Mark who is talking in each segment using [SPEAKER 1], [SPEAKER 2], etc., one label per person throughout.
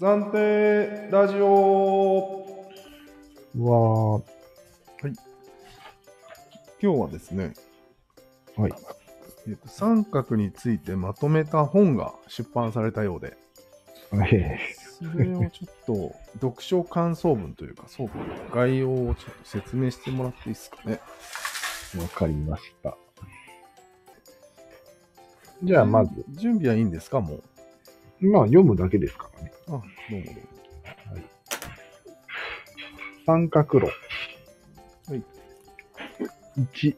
[SPEAKER 1] 暫定ラジオ
[SPEAKER 2] は、
[SPEAKER 1] 今日はですね、
[SPEAKER 2] はい。
[SPEAKER 1] えっと三角についてまとめた本が出版されたようで、
[SPEAKER 2] え
[SPEAKER 1] それをちょっと 読書感想文というか、そうか、概要をちょっと説明してもらっていいですかね。
[SPEAKER 2] えわかりました。じゃあ、まず、
[SPEAKER 1] 準備はいいんですか、もう。
[SPEAKER 2] まあ、読むだけですからね。
[SPEAKER 1] あ、どうもどうも。
[SPEAKER 2] 三角論。
[SPEAKER 1] はい。
[SPEAKER 2] 1、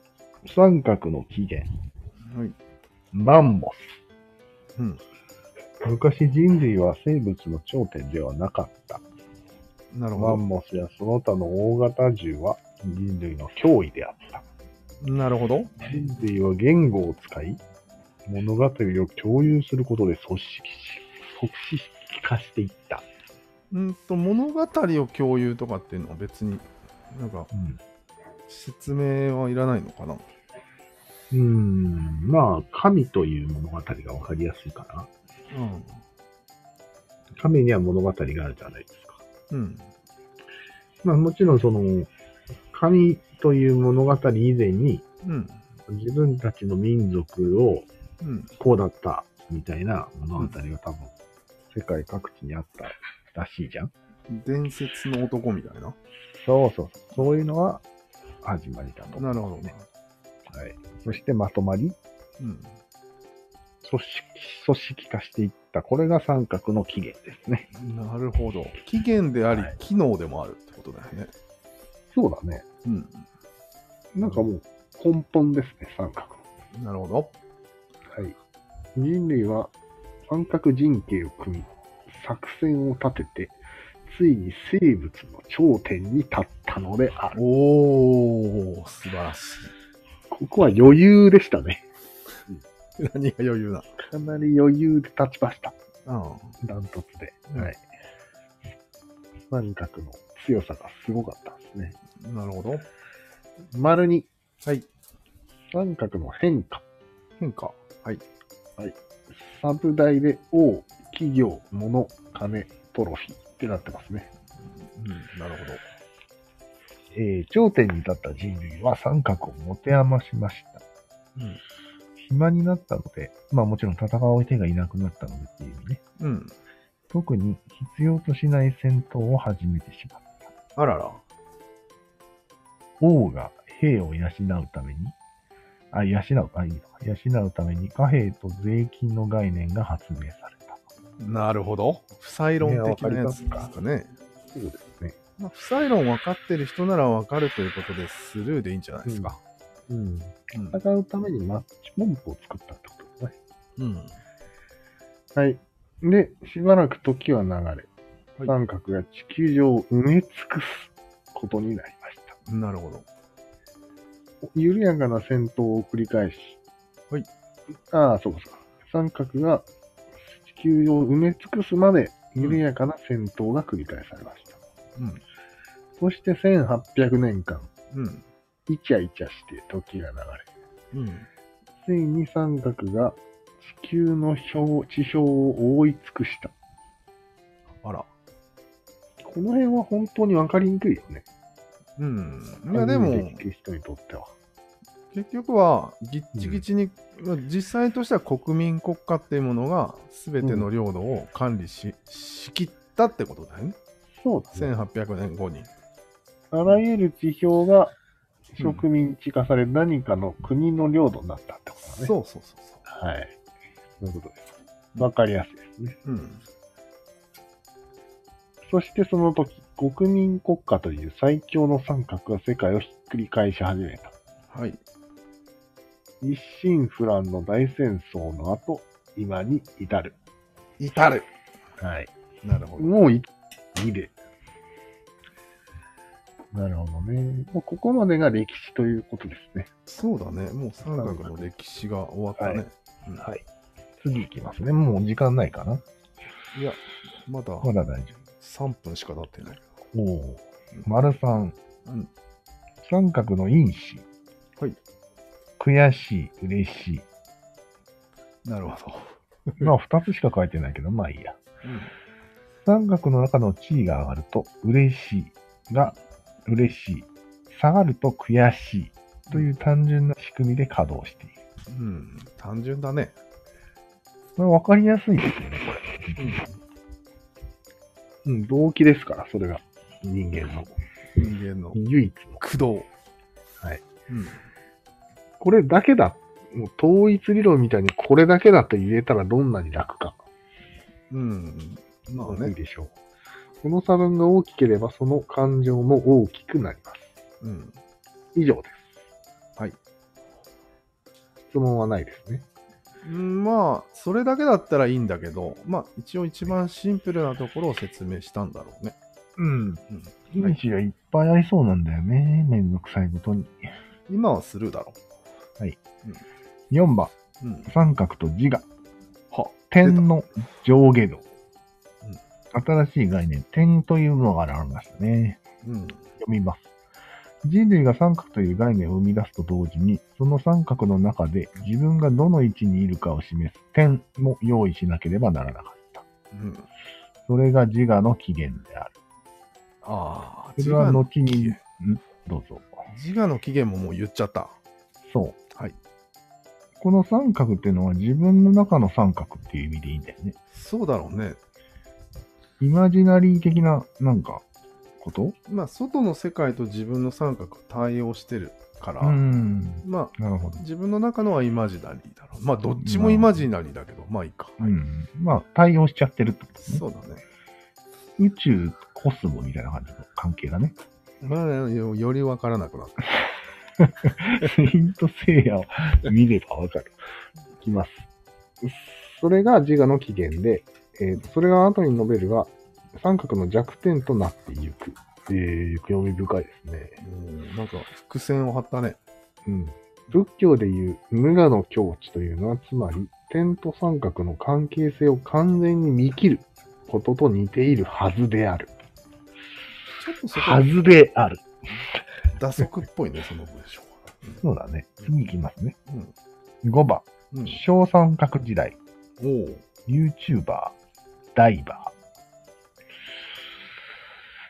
[SPEAKER 2] 三角の起源。
[SPEAKER 1] はい。
[SPEAKER 2] マンモ
[SPEAKER 1] うん。
[SPEAKER 2] ス。昔人類は生物の頂点ではなかった。
[SPEAKER 1] なる
[SPEAKER 2] マ
[SPEAKER 1] ほ
[SPEAKER 2] ンモスやその他の大型獣は人類の脅威であった。
[SPEAKER 1] ど。なるほど。
[SPEAKER 2] 人類は言語を使い、物語を共有することで組織し、組織化していった。
[SPEAKER 1] うんと、物語を共有とかっていうのは別に、なんか説明はいらないのかな。
[SPEAKER 2] うん、んまあ、神という物語がわかりやすいかな。
[SPEAKER 1] うん。
[SPEAKER 2] 神には物語があるじゃないですか。
[SPEAKER 1] うん。
[SPEAKER 2] まあ、もちろんその、神という物語以前に、
[SPEAKER 1] うん。
[SPEAKER 2] 自分たちの民族を
[SPEAKER 1] うん。
[SPEAKER 2] こうだったみたいな物語が多分、世界各地にあったらしいじゃん。
[SPEAKER 1] 伝説の男みたいな。
[SPEAKER 2] そうそう。そういうのは始まりだと。
[SPEAKER 1] なるほど
[SPEAKER 2] ね
[SPEAKER 1] ね。
[SPEAKER 2] はい。そしてまとまり、
[SPEAKER 1] うん。
[SPEAKER 2] 組織、組織化していった。これが三角の起源ですね。
[SPEAKER 1] なるほど。起源であり
[SPEAKER 2] は、
[SPEAKER 1] 機能でもあるってことだよね。
[SPEAKER 2] そうだね。
[SPEAKER 1] うん。
[SPEAKER 2] なんかもう根本ですね、三角
[SPEAKER 1] なるほど。
[SPEAKER 2] の。はい。人類は三角人形を組み、作戦を立てて、ついに生物の頂点に立ったのである。
[SPEAKER 1] おー、素晴らし
[SPEAKER 2] ここは余裕でしたね。
[SPEAKER 1] い。 何が余裕な。
[SPEAKER 2] かなり余裕で立ちました。
[SPEAKER 1] うん。
[SPEAKER 2] ダントツで。
[SPEAKER 1] うん
[SPEAKER 2] はい。三角の強さがすごかったですね。
[SPEAKER 1] なるほど。
[SPEAKER 2] 丸に
[SPEAKER 1] はい。
[SPEAKER 2] 三角の変化。
[SPEAKER 1] 変化。はい。
[SPEAKER 2] サブ題で王、企業、物、金、トロフィーってなってますね。
[SPEAKER 1] うん。なるほど。
[SPEAKER 2] えー頂点に立った人類は三角を持て余しました。
[SPEAKER 1] うん。
[SPEAKER 2] 暇になったので、まあもちろん戦う相手がいなくなったのでっていう意味ね。
[SPEAKER 1] うん。
[SPEAKER 2] 特に必要としない戦闘を始めてしまった。
[SPEAKER 1] あらら。
[SPEAKER 2] 王が兵を養うために、あ、養う、あ、いいのか養うために貨幣と税金の概念が発明された。
[SPEAKER 1] なるほど。不採論的なやつですかね。
[SPEAKER 2] そうですね。
[SPEAKER 1] まあ、不採論分かってる人なら分かるということで、スルーでいいんじゃないですか。
[SPEAKER 2] うん。
[SPEAKER 1] うん。
[SPEAKER 2] 戦うためにマッチポンプを作ったってことですね。
[SPEAKER 1] うん。
[SPEAKER 2] はい。で、しばらく時は流
[SPEAKER 1] は
[SPEAKER 2] れ、
[SPEAKER 1] い
[SPEAKER 2] 三角が地球上を埋め尽くすことになりました。
[SPEAKER 1] なるほど。
[SPEAKER 2] 緩やかな戦闘を繰り返し、
[SPEAKER 1] はい。
[SPEAKER 2] ああ、そうかそうか。三角が地球を埋め尽くすまで緩やかな戦闘が繰り返されました。
[SPEAKER 1] うん。
[SPEAKER 2] そして1800年間、
[SPEAKER 1] うん。
[SPEAKER 2] イチャイチャして時が流れ、
[SPEAKER 1] うん。
[SPEAKER 2] ついに三角が地球の表地表を覆い尽くした。
[SPEAKER 1] あら。
[SPEAKER 2] この辺は本当にわかりにくいよね。
[SPEAKER 1] うん。いや、でも、
[SPEAKER 2] きる人にとっては。
[SPEAKER 1] 結局は、ぎっちぎちに、まあ実際としては国民国家っていうものが、すべての領土を管理し、しきったってことだよね。
[SPEAKER 2] そうだね。
[SPEAKER 1] 1800年後に。
[SPEAKER 2] あらゆる地表が植民地化され何かの国の領土になったってことだね。
[SPEAKER 1] そうそうそうそ
[SPEAKER 2] はい。そういうことです。わかりやすいですね。
[SPEAKER 1] う。うん。
[SPEAKER 2] そしてその時、国民国家という最強の三角が世界をひっくり返し始めた。
[SPEAKER 1] はい。
[SPEAKER 2] 一心不乱の大戦争の後、今に至る。
[SPEAKER 1] 至る。
[SPEAKER 2] はい。
[SPEAKER 1] なるほど。
[SPEAKER 2] もういいで。なるほどね。もうここまでが歴史ということですね。
[SPEAKER 1] そうだね。もう三角の歴史が終わったね。うん
[SPEAKER 2] い。次いきますね。もう時間ないかな。
[SPEAKER 1] いや、まだ
[SPEAKER 2] まだ大丈
[SPEAKER 1] 3分しか経ってない。
[SPEAKER 2] 夫。おお。丸3。
[SPEAKER 1] うん。
[SPEAKER 2] 三角の因子。
[SPEAKER 1] はい。
[SPEAKER 2] 悔しい、嬉し い。
[SPEAKER 1] なるほど。
[SPEAKER 2] まあ、二つしか書いてないけど、まあいいや。
[SPEAKER 1] うん
[SPEAKER 3] 三角の中の地位が上がると嬉しいが嬉しい、下がると悔しいという単純な仕組みで稼働している。
[SPEAKER 1] うん、単純だね。
[SPEAKER 3] これ分かりやすいですよね、これ。
[SPEAKER 2] うん、動機ですから、それが。人間の。
[SPEAKER 1] 人間の
[SPEAKER 2] 唯一の。
[SPEAKER 1] 駆動。
[SPEAKER 2] はい。
[SPEAKER 1] うん。
[SPEAKER 2] これだけだ。もう統一理論みたいにこれだけだと言えたらどんなに楽か。
[SPEAKER 1] うん。まあ
[SPEAKER 2] いい
[SPEAKER 1] ね。
[SPEAKER 2] でしょう。その差分が大きければその感情も大きくなります。
[SPEAKER 1] うん。
[SPEAKER 2] 以上です。
[SPEAKER 1] はい。
[SPEAKER 2] 質問はないですね。
[SPEAKER 1] うんまあ、それだけだったらいいんだけど、まあ、一応一番シンプルなところを説明したんだろうね。
[SPEAKER 3] うん。因子がいっぱいありそうなんだよね。めんどくさいことに。
[SPEAKER 1] 今はスルーだろ
[SPEAKER 3] 4番、
[SPEAKER 1] う。うん。
[SPEAKER 3] 三角と自我。
[SPEAKER 1] は。
[SPEAKER 3] 点の上下動
[SPEAKER 1] うん。
[SPEAKER 3] 新しい概念、点というのが現れましたね。
[SPEAKER 1] うん。
[SPEAKER 3] 読みます。人類が三角という概念を生み出すと同時に、その三角の中で自分がどの位置にいるかを示す点も用意しなければならなかった。
[SPEAKER 1] うん。
[SPEAKER 3] それが自我の起源である。
[SPEAKER 1] ああ、
[SPEAKER 3] そ
[SPEAKER 1] 自
[SPEAKER 3] れは
[SPEAKER 1] 我の
[SPEAKER 3] 後に、んどうぞ。
[SPEAKER 1] 自我の起源ももう言っちゃった。
[SPEAKER 3] そう。
[SPEAKER 1] はい。
[SPEAKER 3] この三角っていうのは自分の中の三角っていう意味でいいんだよね。
[SPEAKER 1] そうだろうね。
[SPEAKER 3] イマジナリー的な、なんか、こと
[SPEAKER 1] まあ、外の世界と自分の三角対応してるから、
[SPEAKER 3] ん。
[SPEAKER 1] まあ、
[SPEAKER 3] なるほど。
[SPEAKER 1] 自分の中のはイマジナリーだろう。まあ、どっちもイマジナリーだけど、まあいいか。
[SPEAKER 3] う
[SPEAKER 1] はい
[SPEAKER 3] ん。まあ、対応しちゃってるってことですね。
[SPEAKER 1] そうだね。
[SPEAKER 3] 宇宙、コスモみたいな感じの関係だね。
[SPEAKER 1] まあ、よよりわからなくなった。
[SPEAKER 3] セイントセイヤを見ればわかる。
[SPEAKER 2] いきます。それが自我の起源で、えーとそれが後に述べるが、三角の弱点となっていく。えー、興味深いですね。
[SPEAKER 1] うんなんか、伏線を張ったね。
[SPEAKER 2] うん。仏教でいう無我の境地というのは、つまり、点と三角の関係性を完全に見切ることと似ているはずである。
[SPEAKER 1] ちょっとそこ、
[SPEAKER 3] はずである。
[SPEAKER 1] 打足っぽいね、その文章は。
[SPEAKER 3] そうだね。次行きますね。
[SPEAKER 1] うん。
[SPEAKER 3] 5番、
[SPEAKER 1] うん。
[SPEAKER 3] 小三角時代、
[SPEAKER 1] おう。
[SPEAKER 3] YouTuber、ダイバー。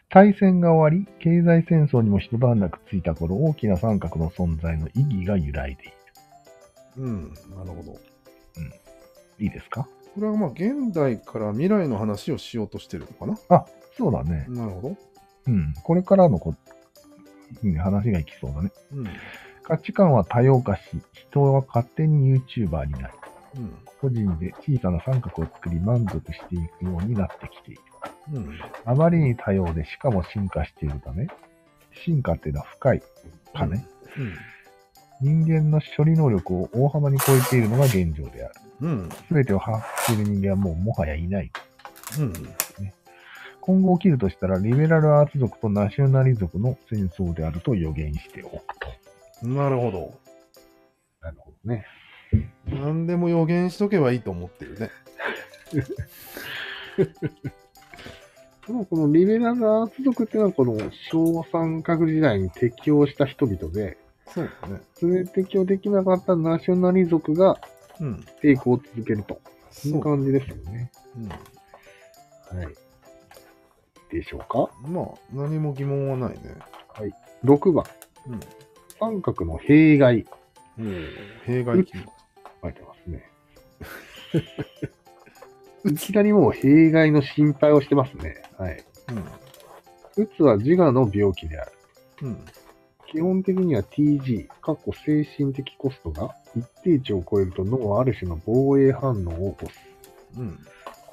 [SPEAKER 3] 大戦が終わり、経済戦争にも一晩落ついた頃、大きな三角の存在の意義が揺らいでいる。
[SPEAKER 1] うん。なるほど。
[SPEAKER 3] いいですか
[SPEAKER 1] これはまあ、現代から未来の話をしようとしてるのかな。
[SPEAKER 3] あ、そうだね。
[SPEAKER 1] なるほど。
[SPEAKER 3] うん。これからのこ、うん話がいきそうだね。
[SPEAKER 1] うん。
[SPEAKER 3] 価値観は多様化し、人は勝手に YouTuber になり、
[SPEAKER 1] うん。
[SPEAKER 3] 個人で小さな三角を作り満足していくようになってきている。
[SPEAKER 1] うん。
[SPEAKER 3] あまりに多様で、しかも進化しているため、進化っていうのは深いかね。人間の処理能力を大幅に超えているのが現状である。
[SPEAKER 1] うん。うん。
[SPEAKER 3] すべてを把握している人間はもうもはやいない。
[SPEAKER 1] うん。
[SPEAKER 3] 今後起きるとしたら、リベラルアーツ族とナショナリ族の戦争であると予言しておくと。
[SPEAKER 1] なるほど。
[SPEAKER 2] なるほどね。
[SPEAKER 1] 何でも予言しとけばいいと思ってるね。
[SPEAKER 2] でもこのリベラルアーツ族っていうのはこの小三角時代に適応した人々で、
[SPEAKER 1] そうだね。
[SPEAKER 2] それに適応できなかったナショナリ族が
[SPEAKER 1] うん。
[SPEAKER 2] 抵抗を続けると。
[SPEAKER 1] そ
[SPEAKER 2] そんな
[SPEAKER 1] う。
[SPEAKER 2] 感じですよね。
[SPEAKER 1] うん、
[SPEAKER 2] はい。でしょうか
[SPEAKER 1] まあ、何も疑問はないね。
[SPEAKER 2] ?6 番。
[SPEAKER 1] うん。
[SPEAKER 2] 三角の弊害。
[SPEAKER 1] うん、弊害金額。
[SPEAKER 2] 書いてますね。 いきなりもう弊害の心配をしてますね。はい。うつは自我の病気である。
[SPEAKER 1] うん。うん。
[SPEAKER 2] 基本的には TG、過去精神的コストが一定値を超えると脳はある種の防衛反応を起こす。
[SPEAKER 1] うん。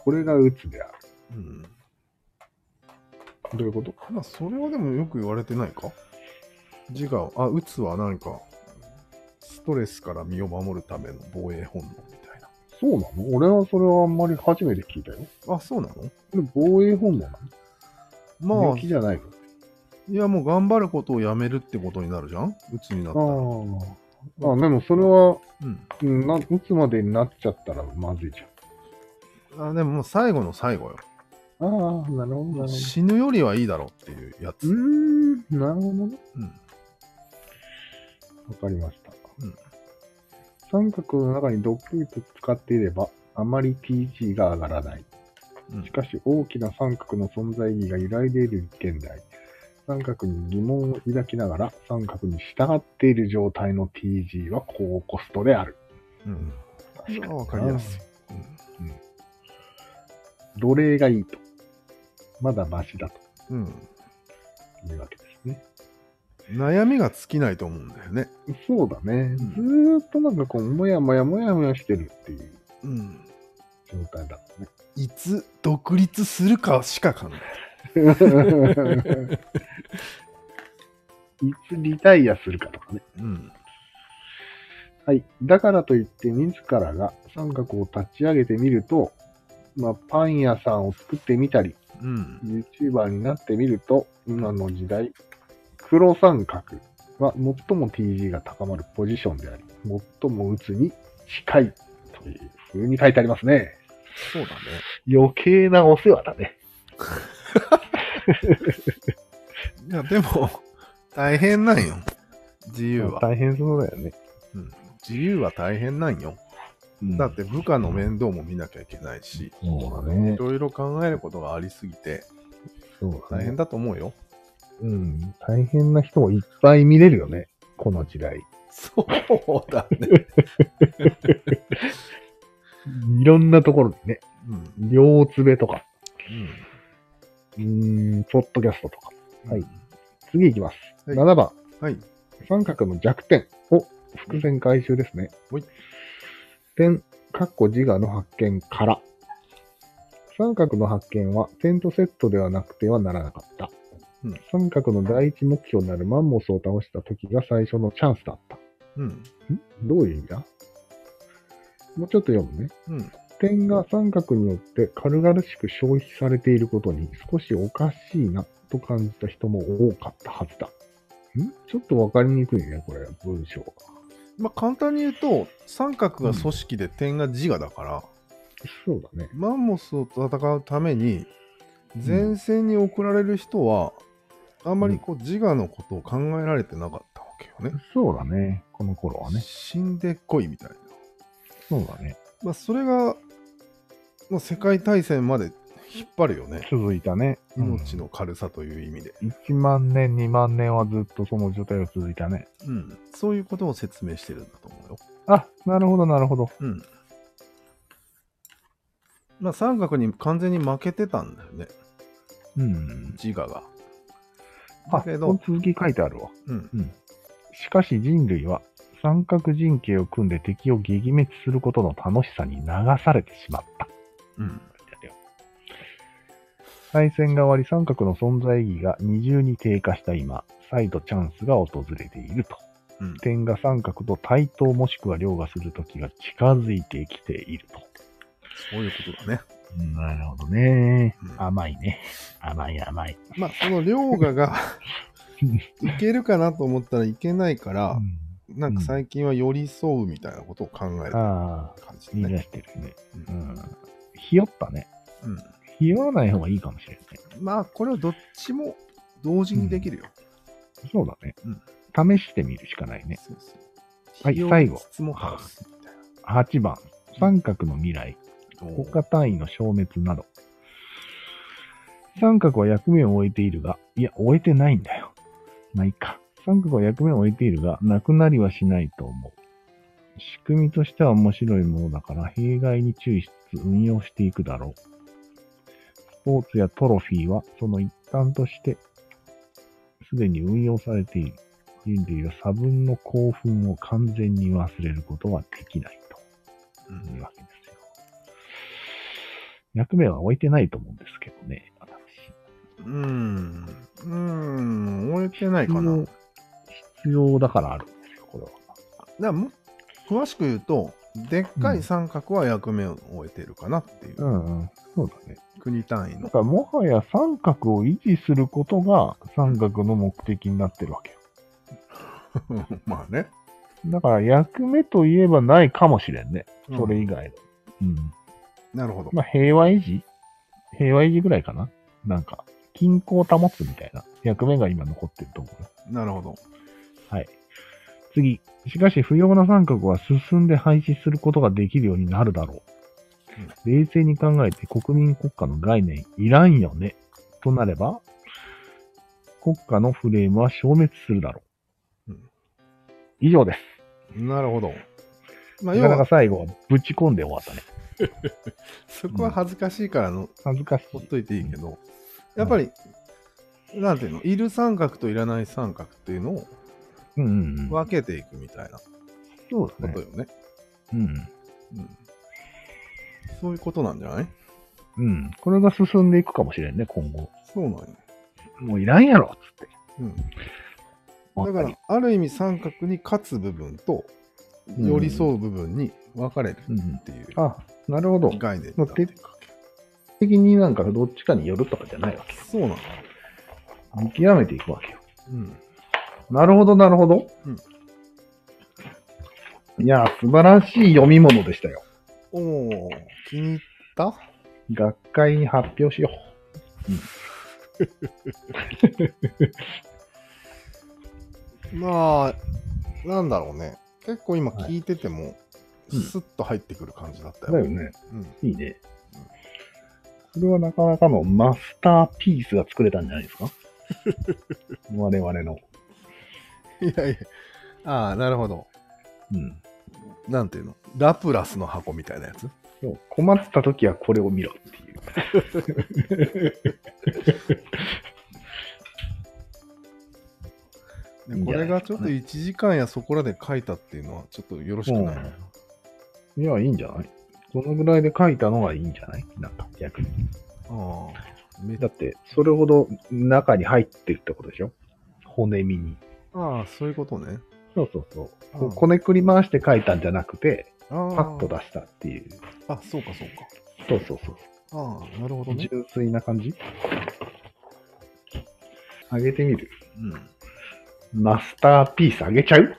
[SPEAKER 2] これがうつである。
[SPEAKER 1] うん。
[SPEAKER 2] どういうこと
[SPEAKER 1] まあ、それはでもよく言われてないか自我、あ、うつは何か、ストレスから身を守るための防衛本能みたい
[SPEAKER 2] そうなの俺はそれはあんまり初めて聞いたよ。
[SPEAKER 1] な。あ、そうなの
[SPEAKER 2] これ防衛本能なの、
[SPEAKER 1] まあ
[SPEAKER 2] 病、気じゃないの
[SPEAKER 1] いやもう頑張ることをやめるってことになるじゃんうつになったら。
[SPEAKER 2] ああ。あ、でもそれは、
[SPEAKER 1] うん。
[SPEAKER 2] うんな、うつまでになっちゃったらまずいじ
[SPEAKER 1] あ、でももう最後の最後よ。
[SPEAKER 2] ゃん。ああ、なるほど、なるほど。
[SPEAKER 1] 死ぬよりはいいだろうっていうや
[SPEAKER 2] う
[SPEAKER 1] つ。
[SPEAKER 2] ーん、なるほどね。
[SPEAKER 1] うん。
[SPEAKER 2] わかりました。
[SPEAKER 1] うん
[SPEAKER 2] 三角の中にどっぷりと使っていれば、あまり TG が上がらない。
[SPEAKER 1] うん
[SPEAKER 4] しかし大きな三角の存在意義が揺らいでいる現代、三角に疑問を抱きながら三角に従っている状態の TG は高コストである。
[SPEAKER 1] うん。それはわかりやすい。
[SPEAKER 4] 奴隷がいいと。まだマシだと
[SPEAKER 1] うん。
[SPEAKER 4] いうわけですね。
[SPEAKER 1] 悩みが尽きないと思うんだよね。
[SPEAKER 4] そうだね。
[SPEAKER 1] うん
[SPEAKER 4] ずーっとなんかこう、もやもやもやもやしてるっていう
[SPEAKER 1] うん。
[SPEAKER 4] 状態だったね。
[SPEAKER 1] いつ独立するかしか考えない。
[SPEAKER 4] いつ リタイアするかとかね。
[SPEAKER 1] うん。
[SPEAKER 4] はい。だからといって、自らが三角を立ち上げてみると、まあ、パン屋さんを作ってみたり、
[SPEAKER 1] うん。
[SPEAKER 4] YouTuber になってみると、今の時代、黒三角は最も TG が高まるポジションであり、最も鬱に近いという風に書いてありますね。
[SPEAKER 1] そうだね。
[SPEAKER 4] 余計なお世話だね。
[SPEAKER 1] いや、でも、 大変なんよ。自由は。
[SPEAKER 2] 大変そうだよね。
[SPEAKER 1] うん自由は大変なんよ。だって部下の面倒も見なきゃいけないし、
[SPEAKER 2] そうだね
[SPEAKER 1] い。ろいろ考えることがありすぎて、
[SPEAKER 2] そうだ
[SPEAKER 1] 大
[SPEAKER 2] ね
[SPEAKER 1] 変だと思うよ。
[SPEAKER 2] うん。大変な人もいっぱい見れるよね。この時代。
[SPEAKER 1] そうだね。
[SPEAKER 2] いろんなところでね。
[SPEAKER 1] うん。
[SPEAKER 2] 両つべとか、うーん、ポッドキャストとか。
[SPEAKER 1] うん
[SPEAKER 2] はい。次いきます。
[SPEAKER 1] はい
[SPEAKER 2] 7番、
[SPEAKER 1] はい。
[SPEAKER 2] 三角の弱点を伏線回収ですね。
[SPEAKER 1] ほい
[SPEAKER 2] 点、括弧自我の発見から。三角の発見は点とセットではなくてはならなかった。
[SPEAKER 1] うん
[SPEAKER 2] 三角の第一目標になるマンモスを倒した時が最初のチャンスだった。
[SPEAKER 1] うん。
[SPEAKER 2] んどういう意味だもうちょっと読むね。
[SPEAKER 1] うん。
[SPEAKER 2] 点が三角によって軽々しく消費されていることに少しおかしいなと感じた人も多かったはずだ。んちょっとわかりにくいね、これ、文章が。
[SPEAKER 1] まあ簡単に言うと、三角が組織で点が自我だから、
[SPEAKER 2] そうだね。
[SPEAKER 1] マンモスを戦うために、前線に送られる人は、あんまりこう自我のことを考えられてなかったわけよね。
[SPEAKER 2] そうだね、この頃はね。
[SPEAKER 1] 死んでこいみたいな。
[SPEAKER 2] そうだね。
[SPEAKER 1] まあ、それが、まあ、世界大戦まで引っ張るよね。
[SPEAKER 2] 続いたね。
[SPEAKER 1] 命の軽さという意味で。
[SPEAKER 2] うん。1万年、2万年はずっとその状態が続いたね。
[SPEAKER 1] うん。そういうことを説明してるんだと思うよ。
[SPEAKER 2] あ、なるほど、なるほど。
[SPEAKER 1] うん。まあ、三角に完全に負けてたんだよね。
[SPEAKER 2] うん。
[SPEAKER 1] 自我が。だ
[SPEAKER 2] あ、こ
[SPEAKER 1] け
[SPEAKER 2] の
[SPEAKER 1] ど、
[SPEAKER 2] 続き書いてあるわ。
[SPEAKER 1] うん。
[SPEAKER 2] しかし人類は三角陣形を組んで敵を撃滅することの楽しさに流されてしまった。
[SPEAKER 1] うん。
[SPEAKER 2] 対戦が終わり三角の存在意義が二重に低下した今、再度チャンスが訪れていると。
[SPEAKER 1] うん
[SPEAKER 2] 点が三角と対等もしくは凌駕する時が近づいてきていると。
[SPEAKER 1] そういうことだね。
[SPEAKER 2] なるほどね
[SPEAKER 1] うん
[SPEAKER 2] 甘いね。甘い甘い。
[SPEAKER 1] まあ、その両河がいけるかなと思ったらいけないから、なんか最近は寄り添うみたいなことを考える感
[SPEAKER 2] ああ、
[SPEAKER 1] じ
[SPEAKER 2] 言い
[SPEAKER 1] だ
[SPEAKER 2] 出
[SPEAKER 1] ね。
[SPEAKER 2] してるね。
[SPEAKER 1] う
[SPEAKER 2] うんん。ひよったね。
[SPEAKER 1] うん
[SPEAKER 2] ひよわない方がいいかもしれない。
[SPEAKER 1] まあ、これはどっちも同時にできるよ。
[SPEAKER 2] そうだね。試してみるしかないね。
[SPEAKER 1] そうそう
[SPEAKER 2] はい
[SPEAKER 1] 費用
[SPEAKER 2] 最後
[SPEAKER 1] 質問ハウスみたい
[SPEAKER 2] 8番、三角の未来、
[SPEAKER 1] な
[SPEAKER 2] 国家単位の消滅など。三角は役目を終えているが、いや、終えてないんだよ。まあ、いいか。三角は役目を終えているが、なくなりはしないと思う。仕組みとしては面白いものだから、弊害に注意しつつ運用していくだろう。スポーツやトロフィーは、その一端として、すでに運用されている。人類は差分の興奮を完全に忘れることはできないと。
[SPEAKER 1] う
[SPEAKER 2] というんわけですよ。役目は置いてないと思うんですけどね、私。
[SPEAKER 1] うん。うん。終えてないかな。
[SPEAKER 2] うん
[SPEAKER 1] だか
[SPEAKER 2] 必要だからあるんですよ、これは。
[SPEAKER 1] らも詳しく言うと、でっかい三角は役目を終えてるかなっていう、
[SPEAKER 2] ん、うん、そうだね。
[SPEAKER 1] 国単位
[SPEAKER 2] だ
[SPEAKER 1] の。
[SPEAKER 2] から、もはや三角を維持することが三角の目的になってるわけよ。
[SPEAKER 1] まあね。
[SPEAKER 2] だから、役目といえばないかもしれんね。それ以外の。うん。
[SPEAKER 1] なるほど。
[SPEAKER 2] まあ、平和維持平和維持ぐらいかな。なんか、均衡を保つみたいな役目が今残ってると思う。
[SPEAKER 1] なるほど。
[SPEAKER 2] はい。次。しかし、不要な三角は進んで廃止することができるようになるだろう。冷静に考えて国民国家の概念いらんよね、となれば、国家のフレームは消滅するだろう。
[SPEAKER 1] うん
[SPEAKER 2] 以上です。
[SPEAKER 1] なるほど。まあ、
[SPEAKER 2] な
[SPEAKER 1] 要
[SPEAKER 2] かなか
[SPEAKER 1] は、
[SPEAKER 2] 最後はぶち込んで終わったね。
[SPEAKER 1] そこは恥ずかしいからの、
[SPEAKER 2] 恥ずかし
[SPEAKER 1] ほっ
[SPEAKER 2] い。
[SPEAKER 1] といていいけど、やっぱり、なんていうの、いる三角といらない三角っていうのを
[SPEAKER 2] うんうんうん。
[SPEAKER 1] 分けていくみたいなこ
[SPEAKER 2] そうだね
[SPEAKER 1] と。よね。
[SPEAKER 2] うん。
[SPEAKER 1] うん、そういうことなんじゃない
[SPEAKER 2] うん。これが進んでいくかもしれんね、今後。
[SPEAKER 1] そうなんや。
[SPEAKER 2] もういらんやろっつって。
[SPEAKER 1] うん、だ
[SPEAKER 2] 終わ
[SPEAKER 1] か
[SPEAKER 2] ったり
[SPEAKER 1] ら、ある意味三角に勝つ部分と、
[SPEAKER 2] ん
[SPEAKER 1] 寄り添う部分に分かれるっていう
[SPEAKER 2] あ、なるほど。
[SPEAKER 1] 概念
[SPEAKER 2] もう徹底的になんかどっちかによるとかじゃないわけ。
[SPEAKER 1] そうなの。
[SPEAKER 2] 見極めていくわけよ。
[SPEAKER 1] うん。
[SPEAKER 2] なるほど、なるほど。いや、素晴らしい読み物でしたよ。
[SPEAKER 1] おお気に入った
[SPEAKER 2] 学会に発表しよ
[SPEAKER 1] まあ、なんだろうね。結構今
[SPEAKER 2] はい
[SPEAKER 1] 聞いてても、
[SPEAKER 2] うん
[SPEAKER 1] スッと入ってくる感じだった
[SPEAKER 2] う。
[SPEAKER 1] よ。
[SPEAKER 2] だよね。
[SPEAKER 1] うん。
[SPEAKER 2] いいね。これはなかなかのマスターピースが作れたんじゃないですか我々の。
[SPEAKER 1] いやいや、ああ、なるほど。
[SPEAKER 2] うん。
[SPEAKER 1] なんていうのラプラスの箱みたいなやつ
[SPEAKER 2] そう困った時はこれを見ろっていう。
[SPEAKER 1] でこ
[SPEAKER 2] いいんじゃな
[SPEAKER 1] れ
[SPEAKER 2] い
[SPEAKER 1] がちょっと1時間やそこらで書いたっていうのはちょっとよろしくないな。
[SPEAKER 2] うんいや、いいんじゃないこのぐらいで書いたのがいいんじゃないなんか逆に。
[SPEAKER 1] ああ、め
[SPEAKER 2] だって、それほど中に入ってるってことでしょ骨身に。
[SPEAKER 1] ああ、そういうことね。
[SPEAKER 2] そうそうそう。
[SPEAKER 1] う
[SPEAKER 2] こ
[SPEAKER 1] ん
[SPEAKER 2] こねくり回して書いたんじゃなくて、
[SPEAKER 1] あ
[SPEAKER 2] パ
[SPEAKER 1] ー
[SPEAKER 2] ッと出したっていう。
[SPEAKER 1] あ、そうかそうか。
[SPEAKER 2] そうそうそう。
[SPEAKER 1] ああ、なるほどね。
[SPEAKER 2] 純粋な感じあげてみる。
[SPEAKER 1] うん。
[SPEAKER 2] マス ターピースあげちゃう